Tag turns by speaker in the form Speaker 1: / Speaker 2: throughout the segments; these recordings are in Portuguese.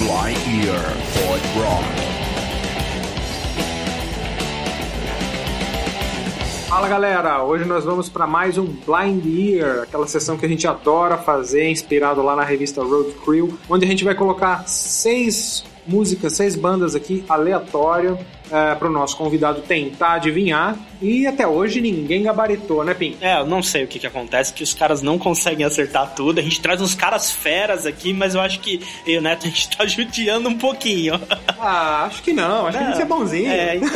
Speaker 1: my ear for rock.
Speaker 2: Fala galera, hoje nós vamos para mais um Blind Year, aquela sessão que a gente adora fazer, inspirado lá na revista Road Crew, onde a gente vai colocar seis músicas, seis bandas aqui aleatório para o nosso convidado tentar adivinhar. E até hoje ninguém gabaritou, né, Pim?
Speaker 3: É, eu não sei o que, que acontece, que os caras não conseguem acertar tudo. A gente traz uns caras feras aqui, mas eu acho que eu e o Neto a gente tá judiando um pouquinho.
Speaker 2: Ah, acho que não, acho que a gente é bonzinho.
Speaker 3: É, então,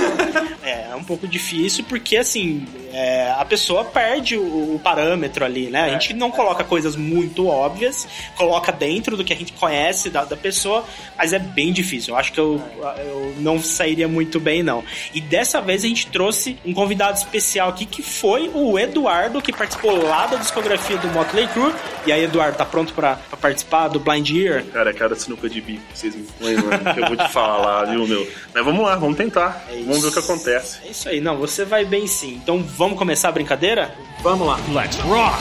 Speaker 3: é, é um pouco difícil porque assim é, a pessoa perde o, o parâmetro ali, né? A gente não coloca coisas muito óbvias, coloca dentro do que a gente conhece da, da pessoa, mas é bem difícil. Eu acho que eu, eu não sairia muito bem, não. E dessa vez a gente trouxe um convidado especial aqui que foi o Eduardo, que participou lá da discografia do Motley Crue. E aí, Eduardo, tá pronto pra, pra participar do Blind Year?
Speaker 4: Cara, cara, sinuca de bico que vocês me põem, mano, que eu vou te falar, viu, meu? Mas vamos lá, vamos tentar.
Speaker 3: É isso.
Speaker 4: Vamos ver o que acontece.
Speaker 3: É isso aí, não, você vai bem sim. Então vamos começar a brincadeira?
Speaker 2: Vamos lá.
Speaker 3: Let's rock!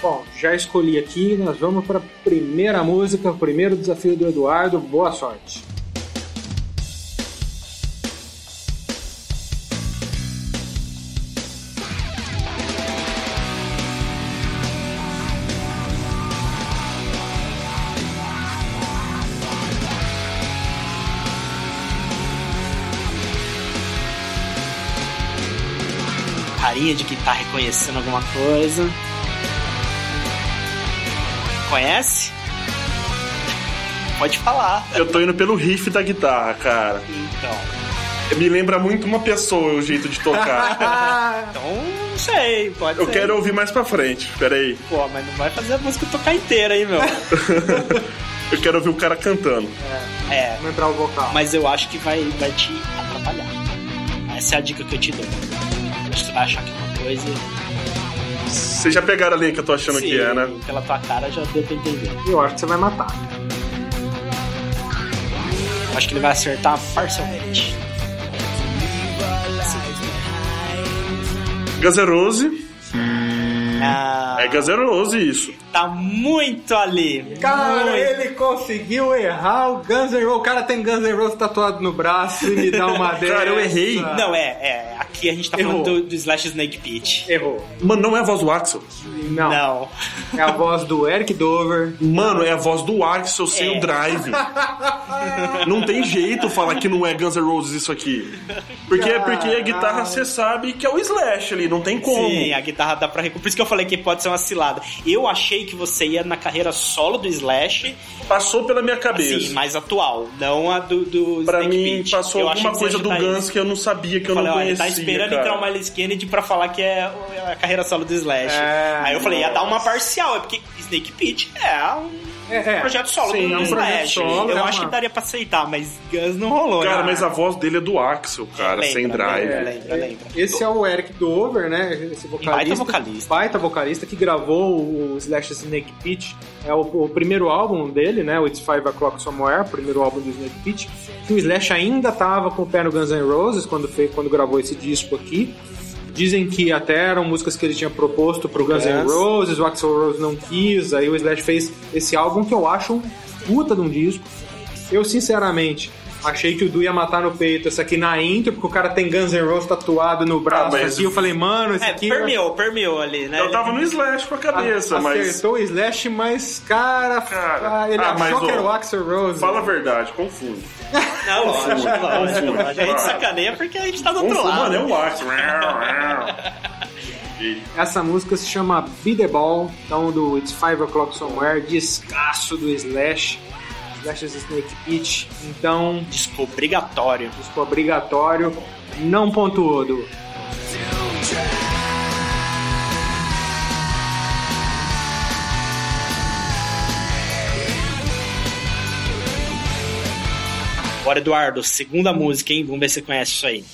Speaker 2: Bom, já escolhi aqui, nós vamos para a primeira música, o primeiro desafio do Eduardo. Boa sorte.
Speaker 3: Carinha de que tá reconhecendo alguma coisa. Conhece? Pode falar.
Speaker 4: Eu tô indo pelo riff da guitarra, cara.
Speaker 3: Então.
Speaker 4: Me lembra muito uma pessoa o jeito de tocar.
Speaker 3: Então, não sei, pode
Speaker 4: Eu
Speaker 3: ser.
Speaker 4: quero ouvir mais pra frente, peraí.
Speaker 3: Pô, mas não vai fazer a música tocar inteira, hein, meu?
Speaker 4: Eu quero ouvir o cara cantando.
Speaker 3: é,
Speaker 2: Vamos entrar o vocal.
Speaker 3: mas eu acho que vai, vai te atrapalhar. Essa é a dica que eu te dou. Acho que tu vai achar que é uma coisa.
Speaker 4: Vocês já pegaram a linha que eu tô achando
Speaker 3: Sim,
Speaker 4: que é, né?
Speaker 3: Pela tua cara já deu pra entender.
Speaker 2: Eu acho que você vai matar.
Speaker 3: Eu acho que ele vai acertar parcialmente.
Speaker 4: Gazerose.
Speaker 3: Ah,
Speaker 4: É Gazerose isso.
Speaker 3: tá muito ali.
Speaker 2: Cara,
Speaker 3: muito.
Speaker 2: ele conseguiu errar o Guns N' Roses. O cara tem Guns N' Roses tatuado no braço e me dá uma dessa.
Speaker 4: Cara, eu errei.
Speaker 3: Não, é, é. Aqui a gente tá
Speaker 2: Errou.
Speaker 3: falando do, do Slash Snake Pit.
Speaker 2: Errou.
Speaker 4: Mano, não é a voz do Axel.
Speaker 2: Não.
Speaker 3: Não.
Speaker 2: É a voz do Eric Dover.
Speaker 4: Mano, é a voz do Axel sem
Speaker 3: É.
Speaker 4: o drive. não tem jeito falar que não é Guns N' Roses isso aqui. Porque é porque a guitarra você sabe que é o Slash ali, não tem como.
Speaker 3: Sim, a guitarra dá pra recuperar. Por isso que eu falei que pode ser uma cilada. Eu achei que você ia na carreira solo do Slash,
Speaker 4: Passou pela minha cabeça.
Speaker 3: assim, mais atual, não a do, do
Speaker 4: Pra
Speaker 3: Snake
Speaker 4: mim,
Speaker 3: Pit.
Speaker 4: passou
Speaker 3: Eu achei
Speaker 4: alguma
Speaker 3: que
Speaker 4: coisa
Speaker 3: você
Speaker 4: do
Speaker 3: ia chutar
Speaker 4: Guns
Speaker 3: isso.
Speaker 4: que eu não sabia, que eu
Speaker 3: falei,
Speaker 4: não
Speaker 3: olha,
Speaker 4: conhecia.
Speaker 3: tá esperando
Speaker 4: cara.
Speaker 3: entrar uma Alice Kennedy pra falar que é a carreira solo do Slash.
Speaker 2: É,
Speaker 3: Aí eu falei, ia dar uma parcial, é porque Snake Pit é um
Speaker 2: É, é.
Speaker 3: projeto solo
Speaker 4: Sim,
Speaker 3: do
Speaker 4: é um projeto
Speaker 3: Slash.
Speaker 4: solo,
Speaker 3: eu
Speaker 2: é
Speaker 3: acho
Speaker 2: uma-
Speaker 3: que daria pra aceitar, mas Guns não rolou.
Speaker 4: Cara,
Speaker 3: né?
Speaker 4: mas a voz dele é do Axel, cara,
Speaker 3: Lembra,
Speaker 4: sem drive.
Speaker 3: lembra, lembra, lembra.
Speaker 2: Esse é o Eric Dover, né? Esse vocalista.
Speaker 3: baita vocalista.
Speaker 2: um Baita vocalista que gravou o Slash Snake Pit. É o, o primeiro álbum dele, né? O It's Five O'Clock Somewhere, o primeiro álbum do Snake Pit. Que o Slash ainda tava com o pé no Guns N' Roses quando, fez, quando gravou esse disco aqui. Dizem que até eram músicas que ele tinha proposto pro Guns N'
Speaker 3: Guns.
Speaker 2: Roses, o Axl Rose não quis, aí o Slash fez esse álbum que eu acho um puta de um disco. Eu, sinceramente, achei que o Du ia matar no peito essa aqui na intro, porque o cara tem Guns N' Roses tatuado no braço
Speaker 4: Ah, mas-
Speaker 2: aqui. Eu falei, mano, esse
Speaker 3: É,
Speaker 2: aqui...
Speaker 3: permeou, permeou ali, né?
Speaker 4: Eu tava no Slash com a cabeça,
Speaker 2: a-
Speaker 4: mas.
Speaker 2: Acertou o Slash, mas, cara,
Speaker 4: Cara,
Speaker 2: ah, ele
Speaker 4: ah,
Speaker 2: achou
Speaker 4: mas,
Speaker 2: que
Speaker 4: ô,
Speaker 2: era o Axel Rose.
Speaker 4: Fala a verdade, confundo.
Speaker 3: Não, lógico,
Speaker 4: Confuso,
Speaker 3: lógico,
Speaker 4: confuso,
Speaker 3: lógico. A gente
Speaker 4: claro.
Speaker 3: sacaneia porque a gente tá do outro
Speaker 4: Confundo,
Speaker 3: lado.
Speaker 4: mano, é o Axel.
Speaker 2: Essa música se chama Be The Ball, então do It's Five O'Clock Somewhere, descasso do Slash. Slash is Snake Pit. Então,
Speaker 3: Disco obrigatório.
Speaker 2: disco obrigatório. Não pontuou, Du.
Speaker 4: Ah.
Speaker 3: Bora, Eduardo, segunda música, hein? Vamos ver se você conhece isso aí.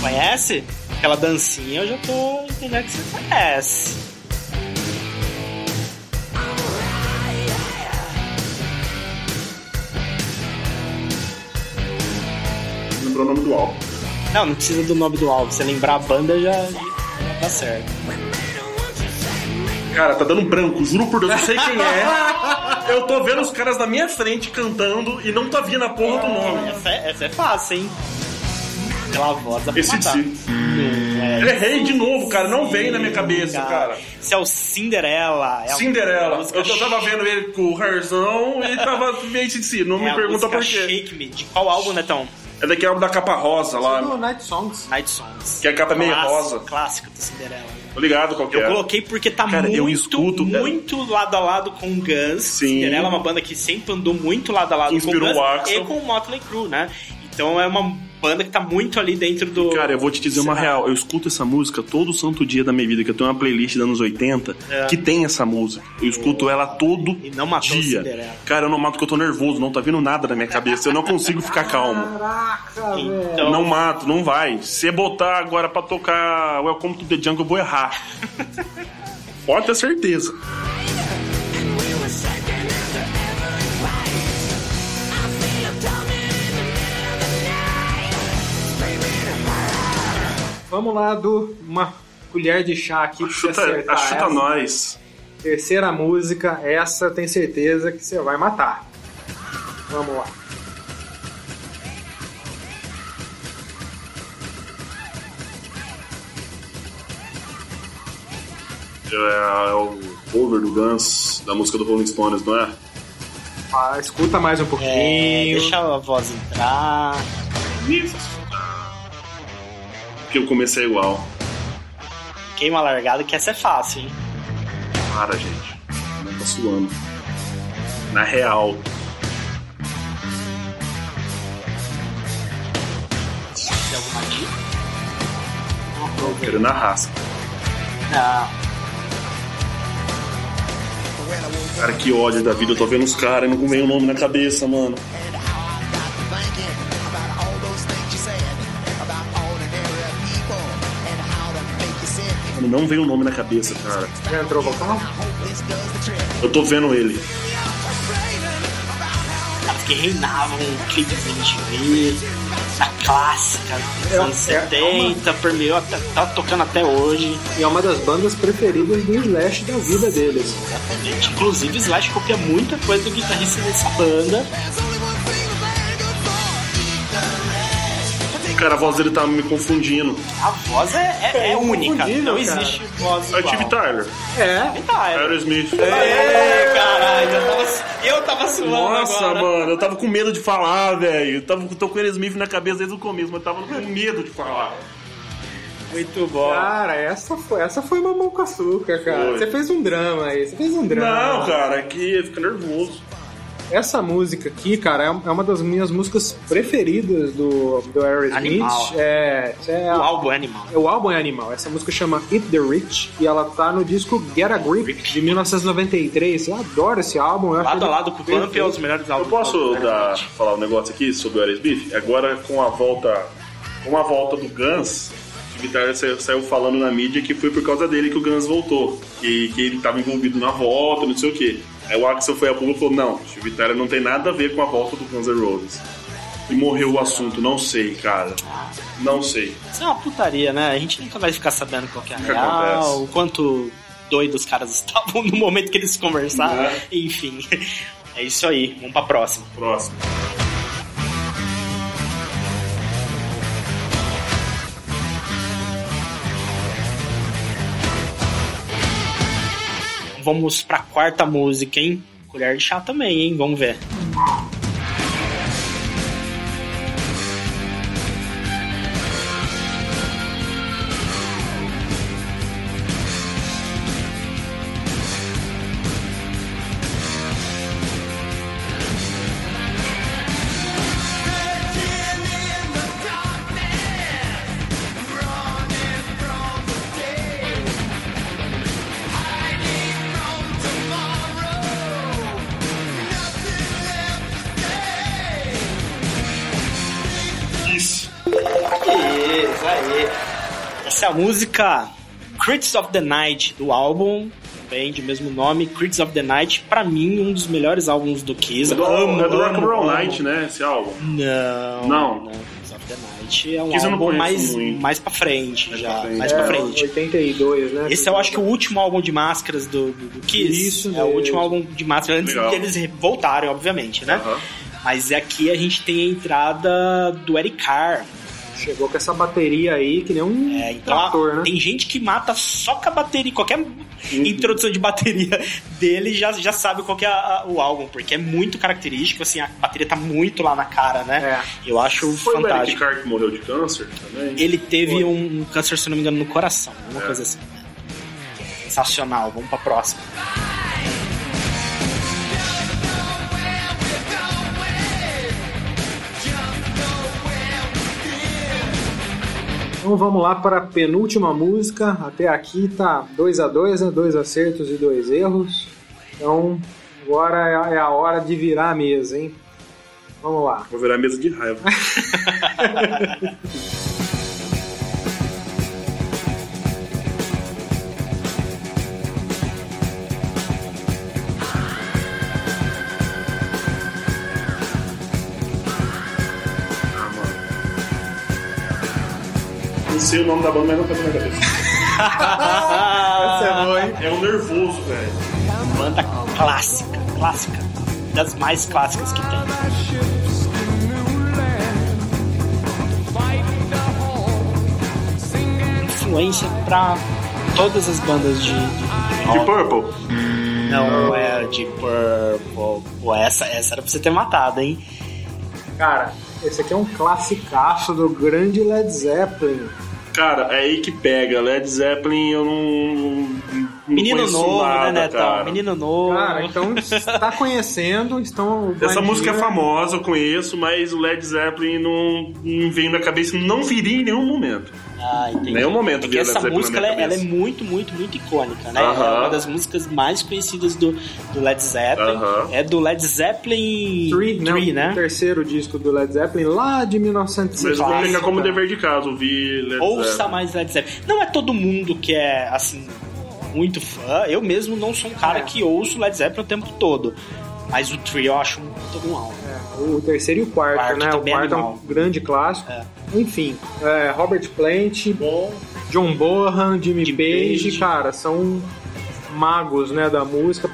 Speaker 3: Conhece? Aquela dancinha eu já tô entendendo que você conhece.
Speaker 4: Lembrou o nome do álbum.
Speaker 3: Não, não precisa do nome do álbum. Você lembrar a banda já, já tá certo.
Speaker 4: Cara, tá dando branco, juro por Deus, não sei quem é. Eu tô vendo os caras na minha frente cantando e não tá vindo a porra do nome.
Speaker 3: Essa é, essa é fácil, hein? Pela voz da
Speaker 4: Esse tipo
Speaker 3: matar.
Speaker 4: sim. Eu errei de novo, cara, não veio na minha cabeça, cara.
Speaker 3: Esse é o Cinderela. É a- é a
Speaker 4: Cinderela.
Speaker 3: música
Speaker 4: Eu só tava
Speaker 3: Shake-
Speaker 4: vendo ele com o Rarzão e tava meio de si, não
Speaker 3: é
Speaker 4: me
Speaker 3: a
Speaker 4: pergunta
Speaker 3: música
Speaker 4: por quê.
Speaker 3: Shake Me. De qual álbum, Netão?
Speaker 4: É daquele álbum da capa rosa
Speaker 2: Do
Speaker 4: lá.
Speaker 2: Night Songs.
Speaker 3: Night Songs.
Speaker 4: Que a capa é meio
Speaker 3: Clássico-
Speaker 4: rosa.
Speaker 3: Clássico do Cinderela.
Speaker 4: Tô ligado qual que
Speaker 3: Eu
Speaker 4: é.
Speaker 3: coloquei porque tá
Speaker 4: Cara,
Speaker 3: muito,
Speaker 4: eu escuto, cara.
Speaker 3: muito lado a lado com o Guns.
Speaker 4: Sim.
Speaker 3: Cinderela é uma banda que sempre andou muito lado a lado
Speaker 4: Inspirou
Speaker 3: com o Guns
Speaker 4: o Axl.
Speaker 3: e com o Motley Crue, né? Então é uma banda que tá muito ali dentro do...
Speaker 4: Cara, eu vou te dizer uma
Speaker 3: Será?
Speaker 4: real. Eu escuto essa música todo santo dia da minha vida, que eu tenho uma playlist dos anos 80
Speaker 3: É.
Speaker 4: que tem essa música. Eu escuto ela todo
Speaker 3: E não matou
Speaker 4: dia.
Speaker 3: Cinderela.
Speaker 4: Cara, eu não mato porque eu tô nervoso, não tá vindo nada na minha cabeça. Eu não consigo ficar calmo.
Speaker 2: Caraca, velho.
Speaker 3: Então,
Speaker 4: Não mato, não vai. Se botar agora pra tocar Welcome to the Jungle, eu vou errar. Pode ter certeza.
Speaker 2: Vamos lá, do uma colher de chá aqui pra você
Speaker 4: Chuta, ah,
Speaker 2: acertar
Speaker 4: chuta
Speaker 2: essa.
Speaker 4: nós.
Speaker 2: Terceira música, essa eu tenho certeza que você vai matar. Vamos lá.
Speaker 4: É, é o cover do Guns, da música do Rolling Stones, não é?
Speaker 2: Ah, escuta mais um pouquinho.
Speaker 3: é, deixa a voz entrar.
Speaker 4: Que eu comecei igual.
Speaker 3: Queima a largada, que essa é fácil, hein?
Speaker 4: Para, gente. Não tá suando. Na real.
Speaker 3: Tem alguma dica?
Speaker 4: Tô querendo a rasca.
Speaker 3: Não.
Speaker 4: Cara, que ódio da vida. Eu tô vendo os caras e não vem o nome na cabeça, mano. Mano, Não vem o nome na cabeça, cara.
Speaker 2: Já entrou o vocal?
Speaker 4: Eu tô vendo ele.
Speaker 3: As que reinavam o um clipe da MTV, a clássica dos
Speaker 2: É,
Speaker 3: anos
Speaker 2: é, é
Speaker 3: 70, permeou, até, tá tocando até hoje.
Speaker 2: E é uma das bandas preferidas do Slash da vida deles.
Speaker 3: Exatamente. Inclusive, Slash copia muita coisa do guitarrista dessa banda.
Speaker 4: Cara, a voz dele tá me confundindo.
Speaker 3: A voz é, é- é
Speaker 2: É
Speaker 3: única,
Speaker 2: inconfundível,
Speaker 3: não
Speaker 2: cara.
Speaker 3: existe voz
Speaker 4: É
Speaker 3: igual.
Speaker 4: o Steve Tyler.
Speaker 2: É.
Speaker 3: Tyler.
Speaker 4: Aerosmith.
Speaker 3: Ê, Caralho, eu tava, su- eu tava suando
Speaker 4: Nossa,
Speaker 3: agora.
Speaker 4: mano, eu tava com medo de falar, velho. Eu tava, tô com o Aerosmith na cabeça desde o começo, mas tava com medo de falar.
Speaker 3: Muito bom.
Speaker 2: Cara, essa foi, essa foi mamão com açúcar, cara.
Speaker 4: Foi.
Speaker 2: Você fez um drama aí, você fez um drama.
Speaker 4: Não, cara, aqui fica nervoso.
Speaker 2: Essa música aqui, cara, é é uma das minhas músicas preferidas do, do Aerosmith.
Speaker 3: Animal.
Speaker 2: É, é,
Speaker 3: O
Speaker 2: a-
Speaker 3: álbum é animal.
Speaker 2: o álbum é animal. Essa música chama Eat the Rich e ela tá no disco Get a Grip de 1993. Eu adoro esse álbum. Eu acho
Speaker 3: Lado a
Speaker 2: ele
Speaker 3: lado com o Pump é um dos melhores
Speaker 4: Eu
Speaker 3: álbuns.
Speaker 4: posso
Speaker 3: do né?
Speaker 4: dar,
Speaker 3: Aerosmith.
Speaker 4: falar um negócio aqui sobre o Aerosmith? Agora com a volta. Com a volta do Guns, o Guitar saiu, saiu falando na mídia que foi por causa dele que o Guns voltou. E que ele tava envolvido na volta, não sei o quê. Aí o Axel foi a público e falou: não, o Vitara não tem nada a ver com a volta do Guns N' Roses. E morreu o assunto, não sei, cara. Não sei.
Speaker 3: Isso é uma putaria, né? A gente nunca vai ficar sabendo qual que é a
Speaker 4: Nunca
Speaker 3: real,
Speaker 4: acontece.
Speaker 3: o quanto doidos os caras estavam no momento que eles se conversaram.
Speaker 4: Né?
Speaker 3: Enfim, é isso aí. Vamos pra próxima.
Speaker 4: Próximo.
Speaker 3: Vamos pra quarta música, hein? Colher de chá também, hein? Vamos ver.
Speaker 4: Isso.
Speaker 3: Isso aí. Essa é a música Critics of the Night do álbum, também de mesmo nome, Critics of the Night, pra mim um dos melhores álbuns do Kiss.
Speaker 4: É do,
Speaker 3: Amo,
Speaker 4: é do Rock
Speaker 3: amo,
Speaker 4: and Roll
Speaker 3: amo.
Speaker 4: Night, né? Esse álbum.
Speaker 3: Não.
Speaker 4: Não.
Speaker 3: Critics of The Night é um
Speaker 4: Que isso eu não
Speaker 3: álbum
Speaker 4: conheço
Speaker 3: mais,
Speaker 4: muito.
Speaker 3: mais pra frente,
Speaker 4: Mais
Speaker 3: já.
Speaker 4: pra frente.
Speaker 3: Mais
Speaker 2: é,
Speaker 3: pra frente.
Speaker 2: 82, né?
Speaker 3: Esse eu acho que é o último álbum de máscaras do, do, do Kiss.
Speaker 2: Isso
Speaker 3: é o
Speaker 2: mesmo.
Speaker 3: último álbum de máscaras antes
Speaker 4: Legal.
Speaker 3: deles voltarem, obviamente, né?
Speaker 4: Aham.
Speaker 3: Mas aqui a gente tem a entrada do Eric Carr.
Speaker 2: Chegou com essa bateria aí, que nem um
Speaker 3: É, então
Speaker 2: trator, né?
Speaker 3: tem gente que mata só com a bateria. Qualquer introdução de bateria dele já, já sabe qual que é a- a- o álbum, porque é muito característico, assim, a bateria tá muito lá na cara, né? Eu acho
Speaker 4: Foi o Eric
Speaker 3: fantástico.
Speaker 4: Carr que morreu de câncer também.
Speaker 3: Ele teve
Speaker 4: Foi.
Speaker 3: um, um câncer, se não me engano, no coração, alguma
Speaker 4: É.
Speaker 3: coisa assim. Sensacional, vamos pra próxima.
Speaker 2: Então vamos lá para a penúltima música. Até aqui tá 2 a 2 né? Dois acertos e dois erros. Então agora é a- é a hora de virar a mesa, hein? Vamos lá.
Speaker 4: Vou virar mesa de raiva. Ah, mano. Não sei o nome da banda, mas não tá na minha cabeça.
Speaker 3: Ah.
Speaker 4: É um nervoso, velho.
Speaker 3: Banda clássica, clássica. Das mais clássicas que tem. Influência pra todas as bandas de. de-
Speaker 4: De Purple.
Speaker 3: Não, é de Purple. Pô, essa, essa era pra você ter matado, hein?
Speaker 2: Cara, esse aqui é um classicaço do grande Led Zeppelin.
Speaker 4: Cara, é aí que pega. Led Zeppelin eu não. não
Speaker 3: Menino
Speaker 4: conheço
Speaker 3: novo,
Speaker 4: nada,
Speaker 3: né, Netão?
Speaker 4: cara.
Speaker 3: Menino novo.
Speaker 2: Cara, então está conhecendo, então estão.
Speaker 4: Essa música é
Speaker 2: Bandinha-
Speaker 4: famosa, eu conheço, mas o Led Zeppelin não, não vem na cabeça, não viria em nenhum momento.
Speaker 3: Ah, entendi.
Speaker 4: Em nenhum momento
Speaker 3: Porque
Speaker 4: veio
Speaker 3: essa
Speaker 4: Led Zeppelin
Speaker 3: música
Speaker 4: na minha
Speaker 3: ela, ela é
Speaker 4: cabeça.
Speaker 3: muito, muito, muito icônica, né?
Speaker 4: Aham.
Speaker 3: É uma das músicas mais conhecidas do, do Led Zeppelin.
Speaker 4: Aham.
Speaker 3: É do Led Zeppelin
Speaker 2: Three, né?
Speaker 3: Three,
Speaker 2: O
Speaker 3: né?
Speaker 2: terceiro disco do Led Zeppelin, lá de
Speaker 4: Mas eu vou pegar
Speaker 2: 1960.
Speaker 4: como dever de casa, ouvir Led
Speaker 3: Ouça
Speaker 4: Zeppelin.
Speaker 3: mais Led Zeppelin. Não é todo mundo que é, assim, muito fã. Eu mesmo não sou um cara
Speaker 2: É.
Speaker 3: que ouço Led Zeppelin o tempo todo. Mas o Three eu acho um, muito bom álbum.
Speaker 2: É, o terceiro e o quarto,
Speaker 3: Quarto
Speaker 2: né? O
Speaker 3: também é
Speaker 2: quarto é um
Speaker 3: animal.
Speaker 2: grande clássico.
Speaker 3: É.
Speaker 2: Enfim, é, Robert Plant,
Speaker 4: Bom,
Speaker 2: John Bohan, Jimmy
Speaker 3: Jimmy
Speaker 2: Page,
Speaker 3: Page.
Speaker 2: cara, são magos, né, da música,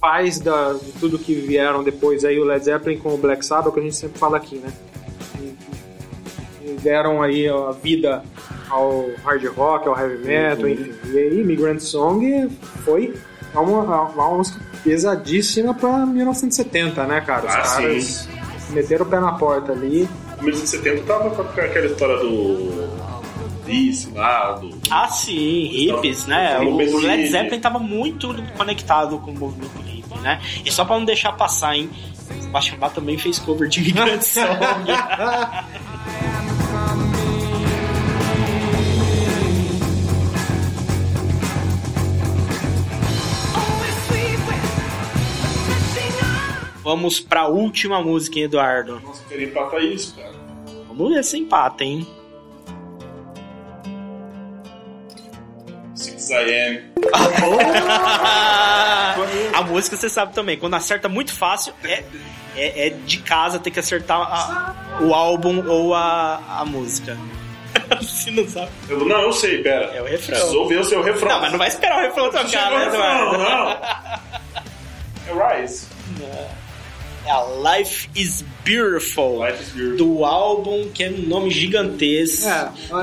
Speaker 2: pais da, de tudo que vieram depois aí, o Led Zeppelin com o Black Sabbath, que a gente sempre fala aqui, né? E- e deram aí ó, a vida ao hard rock, ao heavy
Speaker 4: Uhum.
Speaker 2: metal, enfim. E aí, Migrant Song foi uma, uma música pesadíssima pra 1970, né, cara? Os
Speaker 4: Ah,
Speaker 2: caras
Speaker 4: sim.
Speaker 2: meteram o pé na porta ali.
Speaker 4: 1970 tava com aquela história do. Isso, lá, do.
Speaker 3: Ah, sim, hippies, né?
Speaker 4: Então,
Speaker 3: O
Speaker 4: então,
Speaker 3: Led
Speaker 4: hippie.
Speaker 3: Zeppelin tava muito conectado com o movimento hippie, né? E só pra não deixar passar, hein? Sebastião Bach também fez cover de Migrant Song. Vamos pra última música, hein, Eduardo?
Speaker 4: Nossa, eu queria empatar isso, cara.
Speaker 3: Vamos ver se empata, hein?
Speaker 4: Six AM.
Speaker 3: A música você sabe também, quando acerta muito fácil, é, é, é de casa ter que acertar a- o álbum ou a, a música. Se não sabe,
Speaker 4: Eu- não, eu sei, pera.
Speaker 3: é o refrão.
Speaker 4: Preciso ouvir o seu refrão.
Speaker 3: Não, mas não vai esperar o refrão tocar,
Speaker 4: Chegou o
Speaker 3: né,
Speaker 4: refrão,
Speaker 3: Eduardo?
Speaker 4: não. É Rise.
Speaker 3: É a Life is Beautiful.
Speaker 4: Life is Beautiful.
Speaker 3: Do álbum que é um nome gigantesco.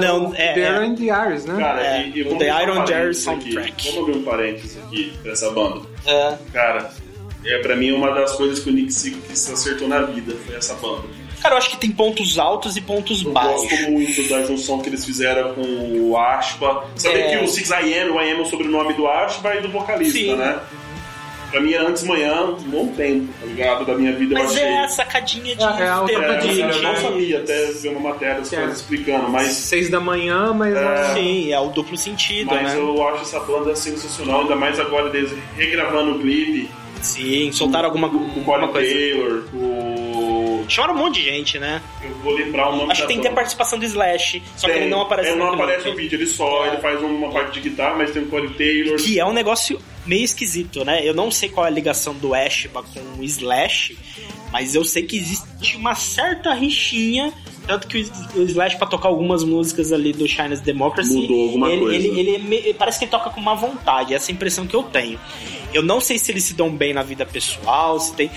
Speaker 3: não, é,
Speaker 2: The
Speaker 3: é.
Speaker 2: Iron The Iris, né?
Speaker 4: Cara,
Speaker 3: É,
Speaker 4: e, e
Speaker 3: o
Speaker 4: vamos
Speaker 3: The
Speaker 4: abrir
Speaker 3: Iron
Speaker 4: um parênteses
Speaker 3: Jerry
Speaker 4: aqui.
Speaker 3: soundtrack.
Speaker 4: Vamos abrir um parênteses aqui pra essa banda.
Speaker 3: É.
Speaker 4: Cara, é pra mim uma das coisas que o Nick Six acertou na vida foi essa banda.
Speaker 3: Cara, eu acho que tem pontos altos e pontos
Speaker 4: Eu
Speaker 3: baixos.
Speaker 4: gosto muito da junção que eles fizeram com o Ashba. Saber
Speaker 3: É.
Speaker 4: que o Six AM, o AM é o sobrenome do Ashba e do vocalista,
Speaker 3: Sim.
Speaker 4: né? Pra mim é antes manhã, um bom tempo, tá ligado? Da minha vida eu
Speaker 3: Mas
Speaker 4: achei.
Speaker 3: é a sacadinha de né?
Speaker 2: É, é a
Speaker 3: ter-
Speaker 4: É,
Speaker 2: outra
Speaker 3: de-
Speaker 4: eu
Speaker 2: gente.
Speaker 4: não
Speaker 3: de-
Speaker 4: sabia até ver uma matéria dos
Speaker 2: É.
Speaker 4: caras explicando, mas
Speaker 2: Seis da manhã, mas... assim,
Speaker 4: É.
Speaker 3: Sim, é o duplo sentido,
Speaker 4: Mas
Speaker 3: né?
Speaker 4: eu acho essa banda sensacional, ainda mais agora deles regravando o clipe.
Speaker 3: Sim, soltaram alguma,
Speaker 4: Com o Corey
Speaker 3: alguma coisa.
Speaker 4: Taylor, o.
Speaker 3: Chamaram um monte de gente, né?
Speaker 4: Eu vou lembrar o nome
Speaker 3: Acho
Speaker 4: da
Speaker 3: que tem que ter a
Speaker 4: banda.
Speaker 3: participação do Slash, só que
Speaker 4: Tem.
Speaker 3: ele não aparece
Speaker 4: Ele não
Speaker 3: clipe.
Speaker 4: aparece no vídeo, ele só, ele faz uma parte de guitarra, mas tem o Corey Taylor.
Speaker 3: Que é um negócio meio esquisito, né? Eu não sei qual é a ligação do Ashba com o Slash, mas eu sei que existe uma certa rixinha Tanto que o Slash, pra tocar algumas músicas ali do China's Democracy,
Speaker 4: Mudou alguma
Speaker 3: ele,
Speaker 4: coisa.
Speaker 3: ele- ele é me- ele parece que ele toca com uma vontade, essa é a impressão que eu tenho. Eu não sei se eles se dão bem na vida pessoal, se tem.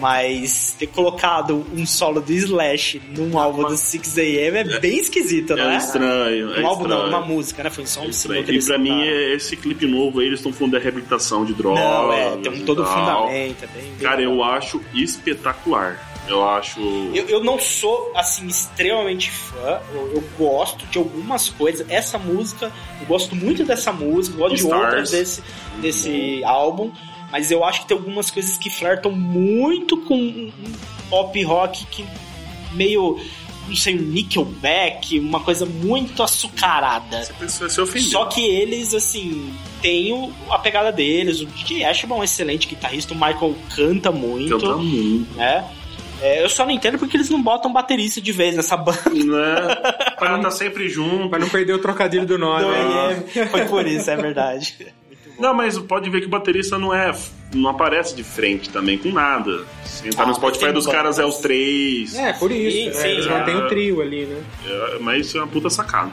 Speaker 3: Mas ter colocado um solo do Slash num álbum do 6AM é bem esquisito, não
Speaker 4: É
Speaker 3: é?
Speaker 4: estranho. é
Speaker 3: Um álbum não,
Speaker 4: estranho.
Speaker 3: uma música, né? Foi só um
Speaker 4: Isso
Speaker 3: single
Speaker 4: aí.
Speaker 3: que
Speaker 4: E
Speaker 3: eles
Speaker 4: pra mim,
Speaker 3: cantaram.
Speaker 4: é- esse clipe novo aí, eles estão falando da reabilitação de drogas.
Speaker 3: Não, é, tem um
Speaker 4: e
Speaker 3: todo
Speaker 4: tal.
Speaker 3: fundamento, é bem...
Speaker 4: Cara, eu acho espetacular. Eu acho.
Speaker 3: Eu, eu não sou, assim, extremamente fã. Eu, eu gosto de algumas coisas. Essa música, eu gosto muito dessa música, eu gosto de
Speaker 4: Stars.
Speaker 3: outras desse, desse álbum. Mas eu acho que tem algumas coisas que flertam muito com um, um pop rock que meio, não sei, um Nickelback, uma coisa muito açucarada.
Speaker 4: Você pensou, se ofendeu.
Speaker 3: Só que eles, assim, têm o- a pegada deles. O DJ Ashman é um excelente guitarrista, o Michael canta muito,
Speaker 4: Canta muito.
Speaker 3: né? É, eu só não entendo porque eles não botam baterista de vez nessa banda.
Speaker 4: Né? O cara tá sempre junto.
Speaker 2: Pra não perder o trocadilho do nome.
Speaker 3: do
Speaker 2: né?
Speaker 3: AM. Foi por isso, é verdade.
Speaker 4: Não, mas pode ver que o baterista não é. Não aparece de frente também com nada. Se entrar
Speaker 3: Ah,
Speaker 4: no
Speaker 3: mas
Speaker 4: Spotify
Speaker 3: tem
Speaker 4: dos caras é os
Speaker 3: bandas.
Speaker 4: três.
Speaker 2: É, por isso.
Speaker 3: Sim,
Speaker 2: né?
Speaker 3: sim.
Speaker 2: Eles mantêm o trio ali, né?
Speaker 4: É, mas isso é uma puta sacada.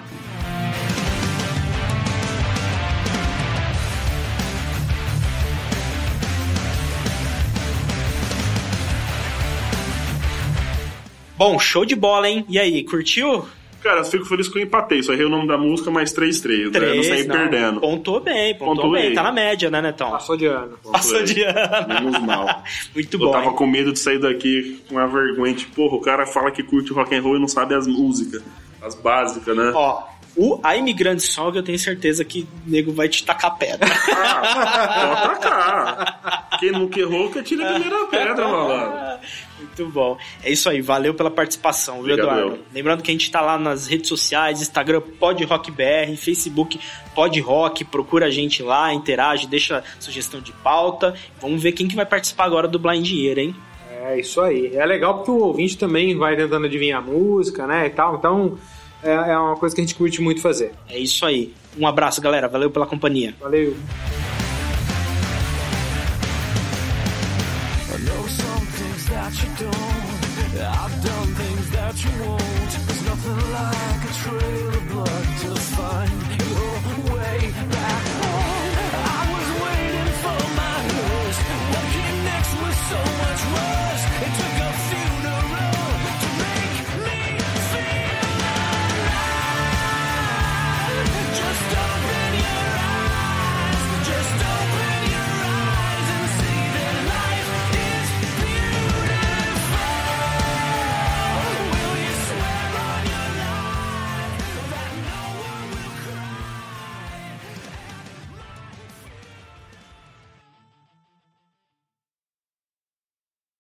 Speaker 3: Bom, show de bola, hein? E aí, curtiu?
Speaker 4: Cara, eu fico feliz que eu empatei. Só errei o nome da música, mas 3-3. Né? Eu não saí
Speaker 3: não.
Speaker 4: perdendo.
Speaker 3: Pontuou bem, pontuou
Speaker 4: Pontuei.
Speaker 3: bem. Tá na média, né, Netão?
Speaker 2: Passou de ano.
Speaker 3: Passou de ano.
Speaker 4: Menos mal.
Speaker 3: Muito
Speaker 4: Eu
Speaker 3: bom.
Speaker 4: tava
Speaker 3: hein?
Speaker 4: com medo de sair daqui com uma vergonha. Tipo, porra, o cara fala que curte rock and roll e não sabe as músicas. As básicas, né?
Speaker 3: Ó, o A Imigrante Song, eu tenho certeza que o nego vai te tacar pedra.
Speaker 4: Ah, pode atacar. Quem nunca errou, que atira a
Speaker 3: É,
Speaker 4: primeira pedra, malandro.
Speaker 3: Muito bom. É isso aí, valeu pela participação, viu,
Speaker 4: Obrigado,
Speaker 3: Eduardo?
Speaker 4: eu.
Speaker 3: Lembrando que a gente tá lá nas redes sociais, Instagram PodRockBR, Facebook PodRock, procura a gente lá, interage, deixa sugestão de pauta. Vamos ver quem que vai participar agora do Blind Ear, hein?
Speaker 2: É isso aí. É legal porque o ouvinte também vai tentando adivinhar a música, né? E tal. Então é, é uma coisa que a gente curte muito fazer.
Speaker 3: É isso aí. Um abraço, galera. Valeu pela companhia.
Speaker 2: Valeu.
Speaker 5: know some things that you don't. I've done things that you won't.